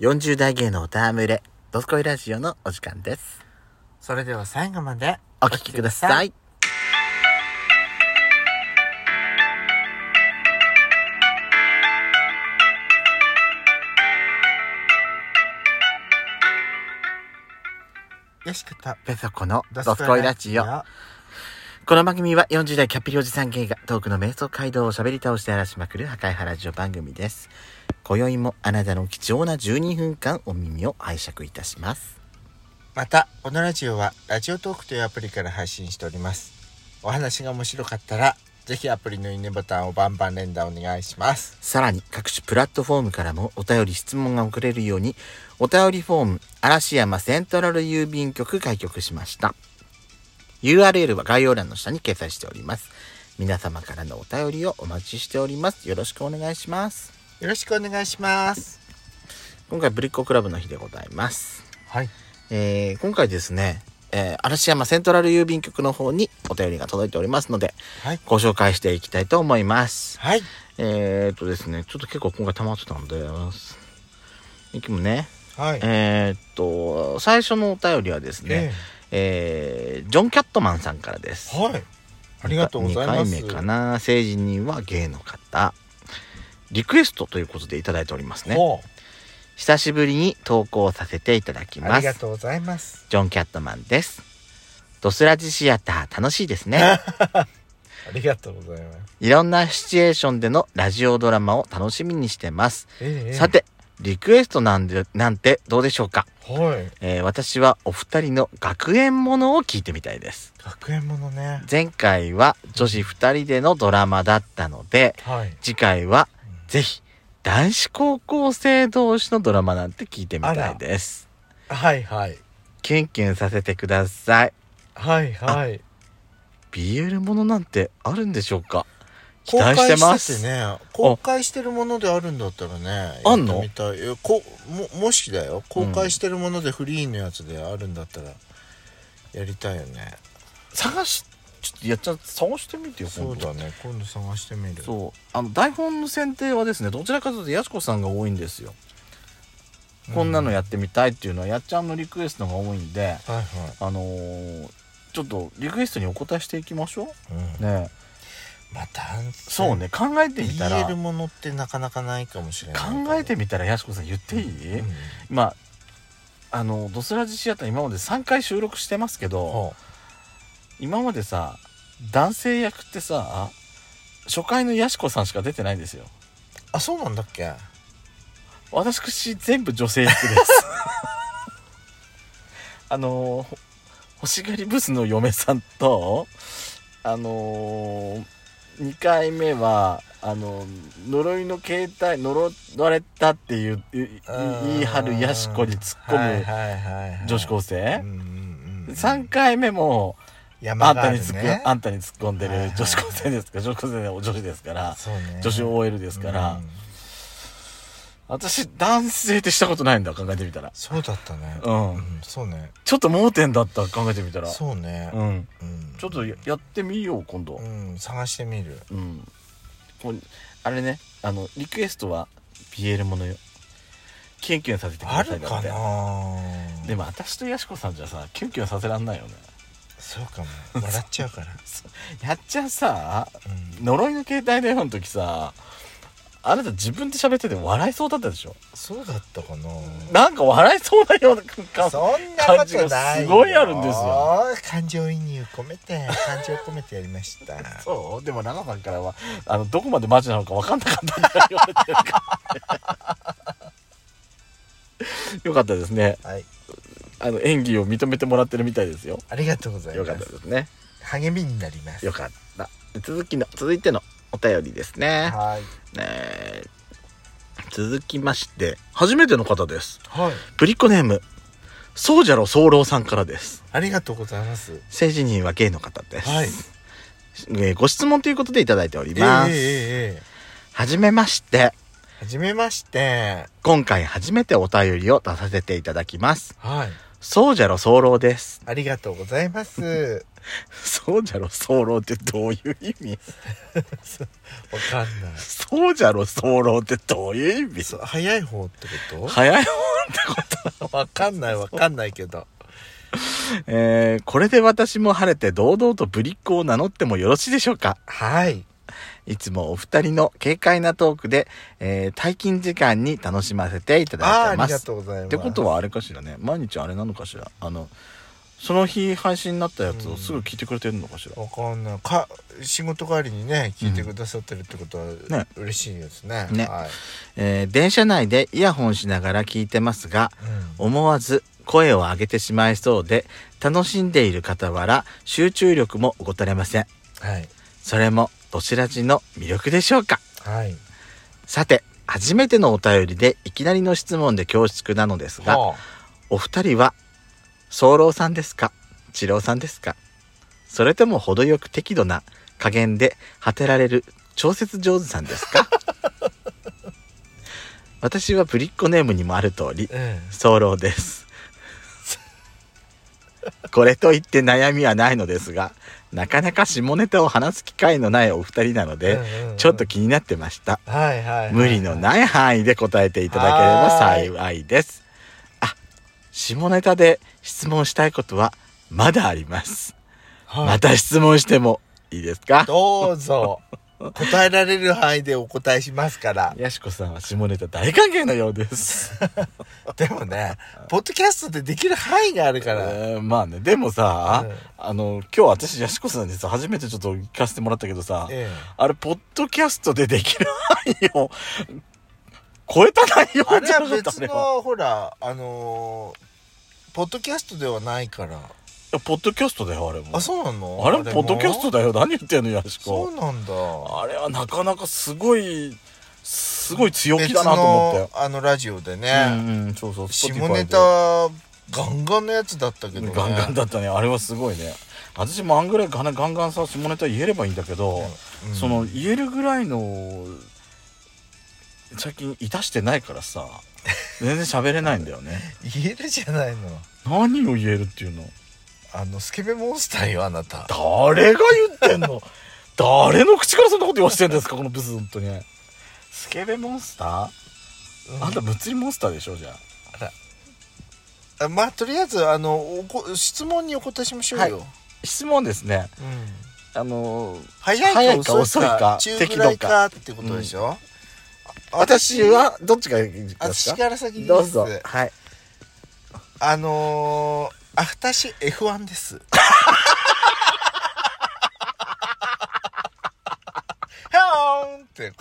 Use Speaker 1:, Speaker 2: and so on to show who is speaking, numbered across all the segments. Speaker 1: 40代芸能タームレ、ドスコイラジオのお時間です。
Speaker 2: それでは最後まで
Speaker 1: お聞きください。
Speaker 2: よしこと
Speaker 1: ペソコのドスコイラジオ。
Speaker 2: は
Speaker 1: この番組は40代キャッピリおじさん芸がトークの瞑想街道を喋り倒して荒らしまくる破壊派ラジオ番組です。今宵もあなたの貴重な12分間お耳を拝借いたします。
Speaker 2: またこのラジオはラジオトークというアプリから配信しておりますお話が面白かったらぜひアプリのいいねボタンをバンバン連打お願いします
Speaker 1: さらに各種プラットフォームからもお便り質問が送れるようにお便りフォーム嵐山セントラル郵便局開局しました URL は概要欄の下に掲載しております皆様からのお便りをお待ちしておりますよろしくお願いします
Speaker 2: よろしくお願いします
Speaker 1: 今回ブリッコクラブの日でございます、
Speaker 2: はい
Speaker 1: えー今回ですね、えー嵐山セントラル郵便局の方にお便りが届いておりますので
Speaker 2: はい
Speaker 1: ご紹介していきたいと思います
Speaker 2: はい
Speaker 1: えー、っとですね、ちょっと結構今回溜まってたんで、いきもね、
Speaker 2: はい
Speaker 1: えー、っと、最初のお便りはですね、えージョン・キャットマンさんからです。
Speaker 2: はいありがとうございます
Speaker 1: 2回目かな、政治人は芸の方。リクエストということでいただいておりますね。
Speaker 2: ほ
Speaker 1: 久しぶりに投稿させていただき
Speaker 2: うあ
Speaker 1: ま
Speaker 2: りが
Speaker 1: す。
Speaker 2: とうございます
Speaker 1: ジョン・キャットマンです。ドスラジシアター楽しいです ね。
Speaker 2: ありがとうございます
Speaker 1: いろんなシチュエーションでのラジオドラマを楽しみにしてます。
Speaker 2: ええ
Speaker 1: さて、リクエストなんで、なんてどうでしょうか、
Speaker 2: はい
Speaker 1: えー私はお二人の学園ものを聞いてみたいです。
Speaker 2: 学園ものね
Speaker 1: 前回は女子二人でのドラマだったので、
Speaker 2: はい
Speaker 1: 次回はぜひ男子高校生同士のドラマなんて聞いてみたいです。
Speaker 2: はいはい
Speaker 1: キュンキュンさせてください。
Speaker 2: はいはい。
Speaker 1: BL ものなんてあるんでしょうか期待してます。
Speaker 2: 公開しててね、公開してるものであるんだったらね。
Speaker 1: あんの
Speaker 2: やってみたいいやこも、もしだよ。公開してるものでフリーのやつであるんだったら、やりたいよね。
Speaker 1: 探し、ちょっとやっちゃ、探してみてよ、
Speaker 2: そうだね。今度探してみる。
Speaker 1: そうあの台本の選定はですねどちらかというとやすこさんが多いんですよ、
Speaker 2: うん
Speaker 1: こんなのやってみたいっていうのはやっちゃんのリクエストが多いんで
Speaker 2: はいはい。
Speaker 1: あのーちょっとリクエストにお答えしていきましょう
Speaker 2: うん。
Speaker 1: ね
Speaker 2: まあ、男性
Speaker 1: そう。ね考えてみたら
Speaker 2: 言えるものってなかなかないかもしれない。
Speaker 1: 考えてみたらやすこさん言っていい、
Speaker 2: うん。
Speaker 1: まああの「ドスラジシアター」今まで3回収録してますけど
Speaker 2: ほ
Speaker 1: 今までさ男性役ってさ初回のやしこさんしか出てないんですよ
Speaker 2: うあ、そうなんだっけ
Speaker 1: 私全部女性役です あのーほ欲しがりブスの嫁さんとあの2回目はあの呪いの携帯呪われたっていういい言い張るやしこに突っ込む
Speaker 2: む
Speaker 1: 女子高
Speaker 2: 生。
Speaker 1: 生
Speaker 2: うんうんうん。
Speaker 1: 3回目もあ
Speaker 2: 山
Speaker 1: ん
Speaker 2: があ
Speaker 1: た
Speaker 2: る
Speaker 1: に突っ,、
Speaker 2: ね。
Speaker 1: あんたに突っ込んで
Speaker 2: はい
Speaker 1: る
Speaker 2: はい
Speaker 1: 女子高生ですから女子高生で女子ですから
Speaker 2: そうね。
Speaker 1: 女子 OL ですから、
Speaker 2: うん
Speaker 1: 私男性ってしたことないんだ考えてみたら
Speaker 2: そうだったね。
Speaker 1: うん
Speaker 2: うん、そうね。
Speaker 1: ちょっと盲点だった考えてみたら
Speaker 2: そうね。
Speaker 1: うん、
Speaker 2: うん
Speaker 1: ちょっとややってみよう今度
Speaker 2: う、ん、探してみる。
Speaker 1: うんこうあれねあのリクエストは BL ものよキュンキュンさせてく
Speaker 2: あ
Speaker 1: ださ
Speaker 2: る
Speaker 1: いだ
Speaker 2: か
Speaker 1: って
Speaker 2: な。
Speaker 1: でも私とやしこさんじゃさキュンキュンさせらんないよね
Speaker 2: そうかも。笑っちゃ うから。
Speaker 1: やっちゃんさ
Speaker 2: うん、
Speaker 1: 呪いの携帯電話の時さあなた自分で喋ってて笑いそうだったでしょ
Speaker 2: そうだったかな。
Speaker 1: なんか笑いそうなような感じ
Speaker 2: そんなこ
Speaker 1: 感じ
Speaker 2: と
Speaker 1: が
Speaker 2: ない
Speaker 1: す
Speaker 2: よ。
Speaker 1: ごいあるんですよ。
Speaker 2: 感情移入込めて、感情込めてやりました。
Speaker 1: そうでも奈々さんからはあのどこまでマジなのか分かんなかったんだよ言われてるから、 よかったですね
Speaker 2: はい、
Speaker 1: あの演技を認めてもらってるみたいですよ
Speaker 2: ありがとうござい
Speaker 1: よか
Speaker 2: ま
Speaker 1: った
Speaker 2: す。
Speaker 1: ですね
Speaker 2: 励みになります。
Speaker 1: よかった続きの続いてのお便りですね、
Speaker 2: はい。
Speaker 1: えー続きまして初めての方です
Speaker 2: はい。
Speaker 1: ぶりっ子ネームそうじゃろそうろうさんからです
Speaker 2: ありがとうございます。
Speaker 1: 政治人はゲイの方です、
Speaker 2: はい。
Speaker 1: えーご質問ということでいただいており
Speaker 2: え
Speaker 1: ます、
Speaker 2: ええええ
Speaker 1: はじめまして
Speaker 2: えはじめまして。
Speaker 1: 今回初めてお便りを出させていただきます。
Speaker 2: はい。
Speaker 1: そうじゃろ早漏です。
Speaker 2: ありがとうございます。
Speaker 1: そうじゃろ早漏ってどういう意味
Speaker 2: わかんない。
Speaker 1: そうじゃろ早漏ってどういう意味
Speaker 2: そう早い方ってこ
Speaker 1: 早い方
Speaker 2: とわかんないわかんないけど。
Speaker 1: えー、これで私も晴れて堂々とぶりっ子を名乗ってもよろしいでしょうか
Speaker 2: はい。
Speaker 1: いつもお二人の軽快なトークで、えー、退勤時間に楽しませていた
Speaker 2: あ
Speaker 1: だいて
Speaker 2: あー、あ
Speaker 1: ま
Speaker 2: りが
Speaker 1: す。
Speaker 2: とうございます。
Speaker 1: ってことはあれかしらね毎日あれなのかしらあのその日配信になったやつをすぐ聞いてくれてるのかしら、
Speaker 2: わかんない。か、仕事帰りにね、聞いてくださってるってことは、
Speaker 1: ね
Speaker 2: 嬉しいですね。
Speaker 1: ね
Speaker 2: はい。
Speaker 1: えー電車内でイヤホンしながら聞いてますが
Speaker 2: うん
Speaker 1: 思わず声を上げてしまいそうで楽しんでいる傍ら集中力も怠れません
Speaker 2: はい。
Speaker 1: それもどちらちの魅力でしょうか
Speaker 2: はい。
Speaker 1: さて初めてのお便りでいきなりの質問で恐縮なのですが
Speaker 2: は
Speaker 1: お二人は早漏さんですか治郎さんですかそれとも程よく適度な加減で果てられる調節上手さんです か私はぶりっ子ネームにもある通り
Speaker 2: あうん。
Speaker 1: 早漏ですこれといって悩みはないのですがなかなか下ネタを話す機会のないお二人なので、
Speaker 2: うんうんうん
Speaker 1: ちょっと気になってました
Speaker 2: はいはいはい。
Speaker 1: 無理のない範囲で答えていただければ幸いです。あ、下ネタで質問したいことはまだあります。
Speaker 2: はい。
Speaker 1: また質問してもいいですか
Speaker 2: どうぞ。答えられる範囲でお答えしますから。
Speaker 1: やしこさんは下ネタ大歓迎のようです。
Speaker 2: でもね、ポッドキャストでできる範囲があるから。
Speaker 1: えー まあね、でもさ、
Speaker 2: うん
Speaker 1: あの、今日私やしこさんにさ、初めてちょっと聞かせてもらったけどさ、
Speaker 2: ええ
Speaker 1: あれ、ポッドキャストでできる範囲を 超えた内
Speaker 2: あ
Speaker 1: 容
Speaker 2: れ
Speaker 1: じゃな
Speaker 2: は
Speaker 1: かった
Speaker 2: 別
Speaker 1: ね。い
Speaker 2: の、ほら、あのーポッドキャストではないから。
Speaker 1: やポッドキャストだよ、あれも。
Speaker 2: あ、そうなの
Speaker 1: あれもポッドキャスト
Speaker 2: だ
Speaker 1: だよ。何言ってんの、やしこ
Speaker 2: そ。うなんだ。
Speaker 1: あれはなかなかすごい、すごい強気だなと思ったよ。
Speaker 2: 別のあの、ラジオで
Speaker 1: う
Speaker 2: ね、
Speaker 1: んうん、そうそう、
Speaker 2: 下
Speaker 1: Spotify
Speaker 2: ネタ、
Speaker 1: で
Speaker 2: ガンガンのやつだったけどね。
Speaker 1: ガンガンだったね。あれはすごいね。私もあんぐらいガンガンガンさ、下ネタ言えればいいんだけど、
Speaker 2: うん
Speaker 1: その、言えるぐらいの、最近、いたしてないからさ、全然喋れないんだよね。
Speaker 2: 言えるじゃないの。
Speaker 1: 何を言えるっていうの
Speaker 2: あの、スケベモンスターよ、あなた。
Speaker 1: 誰が言ってんの誰の口からそんなこと言わしてんですかこのブス、本当に。スケベモンスターあんた、物理モンスターでしょじゃあ。
Speaker 2: あまあとりあえずあのおこ質問にお答えしましょうよ、
Speaker 1: は質問ですね。
Speaker 2: うん
Speaker 1: あのー
Speaker 2: 早いか遅いか
Speaker 1: 早いか遅いか
Speaker 2: 中ぐらいかってことでしょ、あ
Speaker 1: 私はどっちがいいですか
Speaker 2: 私から先に
Speaker 1: どうぞ
Speaker 2: です
Speaker 1: はい
Speaker 2: あのー、あ私 F1 ですヒャーンって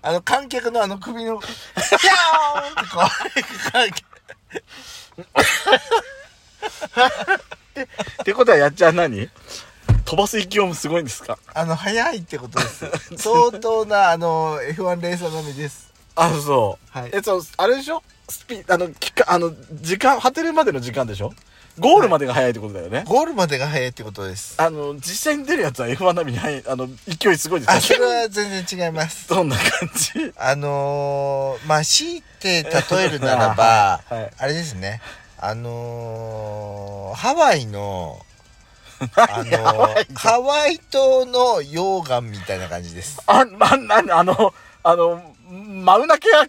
Speaker 2: あの観客のあの首 のヒャーンってこう観客
Speaker 1: ってことはやっちゃん何飛ばす勢いもすごいんですか
Speaker 2: あの早いってことです 相当なあの F1 レーサー並みです
Speaker 1: あそう
Speaker 2: はい
Speaker 1: えそうあれでしょスピあの期間あの時間果てるまでの時間でしょゴールまでが早いってことだよね、
Speaker 2: ゴールまでが早いってことです
Speaker 1: あの実際に出るやつは F1 並みに速いあの勢いすごいです
Speaker 2: あそ
Speaker 1: よ
Speaker 2: れは全然違います
Speaker 1: そんな感じ
Speaker 2: あのー、まあ強いて例えるならば、
Speaker 1: はいはい
Speaker 2: あれですねあのー、ハワイのあのー
Speaker 1: ハ ワイの
Speaker 2: ハワイ島の溶岩みたいな感じです
Speaker 1: あななあのあのマウナケア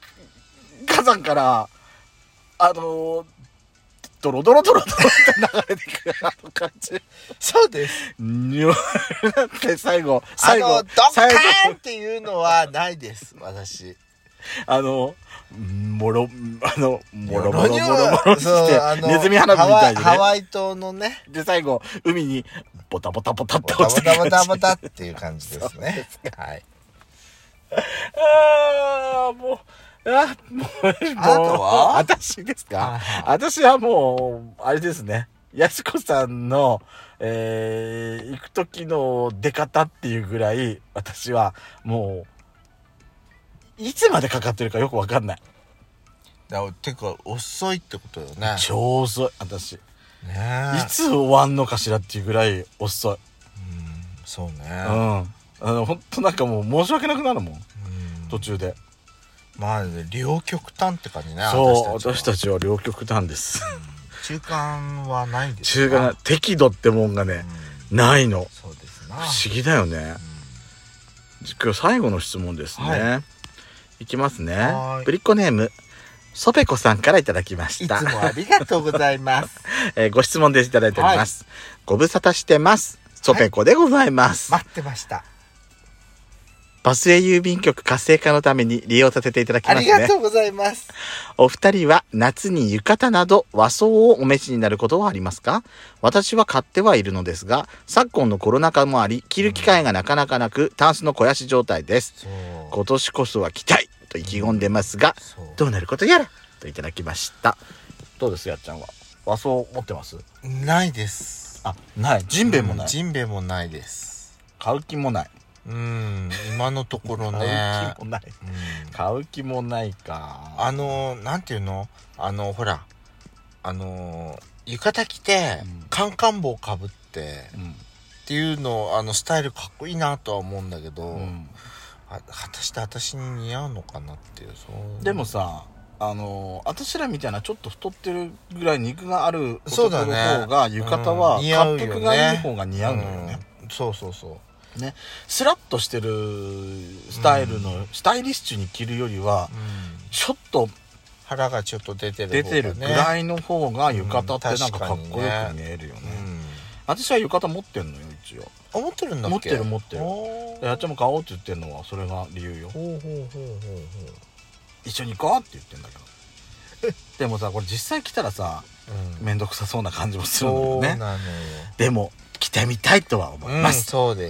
Speaker 1: 火山からあのドロドロドロドロって流れてくるあの感じ
Speaker 2: そうです
Speaker 1: にょって最後最
Speaker 2: あの
Speaker 1: 後
Speaker 2: ドッカ
Speaker 1: 最後
Speaker 2: ーンっていうのはないです私
Speaker 1: あのもろあのもろもろもろ
Speaker 2: にょ
Speaker 1: もろして
Speaker 2: そうあの
Speaker 1: ネズミ花火みたいで
Speaker 2: ハワイハ
Speaker 1: ね
Speaker 2: ワイ島のね
Speaker 1: で最後海にボタボタボタって
Speaker 2: ボタ
Speaker 1: 落
Speaker 2: ボ
Speaker 1: ちて
Speaker 2: タ
Speaker 1: く
Speaker 2: ボ
Speaker 1: る
Speaker 2: タ
Speaker 1: 感
Speaker 2: ボ
Speaker 1: じ
Speaker 2: タっていう感じ ですね。はい。
Speaker 1: あーもうあもうもう
Speaker 2: なたは
Speaker 1: 私ですか
Speaker 2: はい
Speaker 1: 私はもうあれですねやしこさんの、えー、行く時の出方っていうぐらい、私はもう、いつまでかかってるかよくわかんない。
Speaker 2: だてか遅いってことだよね
Speaker 1: 超遅い、私。い
Speaker 2: ねえ
Speaker 1: つ終わんのかしらっていうぐらい遅い。
Speaker 2: うんそうね
Speaker 1: うん。あの、ほんとなんかもう申し訳なくなるもん。
Speaker 2: うん
Speaker 1: 途中で。
Speaker 2: まあ両極端って感じね
Speaker 1: そう、私
Speaker 2: ち
Speaker 1: たちは両極端です。
Speaker 2: は中間はないんです
Speaker 1: 中間
Speaker 2: な
Speaker 1: が適度ってもんがね、ないの。
Speaker 2: そうですな
Speaker 1: 不思議だよね。今日最後の質問ですね。、
Speaker 2: はい
Speaker 1: きますね
Speaker 2: はーい。
Speaker 1: ぶりっ子ネーム、ソペコさんからいただきま
Speaker 2: い
Speaker 1: し
Speaker 2: つも
Speaker 1: た。
Speaker 2: ありがとうござい ます。
Speaker 1: えーご質問でいただいております。ご無沙汰してます。ソペコでございます。
Speaker 2: 待ってました。
Speaker 1: バスへ郵便局活性化のために利用させていただき
Speaker 2: あ
Speaker 1: ます
Speaker 2: りが
Speaker 1: ね。
Speaker 2: とうございます。
Speaker 1: お二人は夏に浴衣など和装をお召しになることはありますか私は買ってはいるのですが、昨今のコロナ禍もあり、着る機会がなかなかなく、タンスの肥やし状態です。
Speaker 2: そう。
Speaker 1: 今年こそは着たいと意気込んでますが、
Speaker 2: そう
Speaker 1: どうなることやらといただきましたどうですやっちゃんは和装持ってます
Speaker 2: ないです。
Speaker 1: あないジ
Speaker 2: うんジンベエもないです。
Speaker 1: 買う気もない
Speaker 2: うん、今のところね。
Speaker 1: もない
Speaker 2: うん
Speaker 1: 買う気もないか
Speaker 2: あのー、なんていうのあの、ほら、あのー、浴衣着て
Speaker 1: うん、
Speaker 2: カンカン帽かぶって、
Speaker 1: うん
Speaker 2: っていうの、あの、スタイルかっこいいなとは思うんだけど、
Speaker 1: うん
Speaker 2: あ果たして私に似合うのかなっていう、そう。
Speaker 1: でもさあの私らみたいなちょっと太ってるぐらい肉がある
Speaker 2: そ
Speaker 1: 男
Speaker 2: う
Speaker 1: の
Speaker 2: だね
Speaker 1: 方が浴衣は
Speaker 2: うん似合うよね
Speaker 1: 恰幅がいい方が似合うのよね
Speaker 2: うんそうそうそう。
Speaker 1: ねスラッとしてるスタイルの、スタイリッシュに着るよりはちょっと
Speaker 2: 腹がちょっと出てる
Speaker 1: 出
Speaker 2: 方が
Speaker 1: てるぐらいの方が浴衣ってなんかかっこよく見えるよね,、
Speaker 2: うん
Speaker 1: 私は浴衣持ってんのよ一応
Speaker 2: あ持ってるんだっけ
Speaker 1: 持ってる持ってる
Speaker 2: おー
Speaker 1: であっちゃんも買おうって言ってんのはそれが理由よ
Speaker 2: ほうほうほうほう
Speaker 1: 一緒に行こうって言ってんだけど でもさこれ実際来たらさ
Speaker 2: ほう、
Speaker 1: 面倒くさそうな感じもするんだ
Speaker 2: そう
Speaker 1: よ
Speaker 2: な
Speaker 1: ね
Speaker 2: のよ、
Speaker 1: でも着てみたいとは思い
Speaker 2: うん、
Speaker 1: ます、
Speaker 2: そうです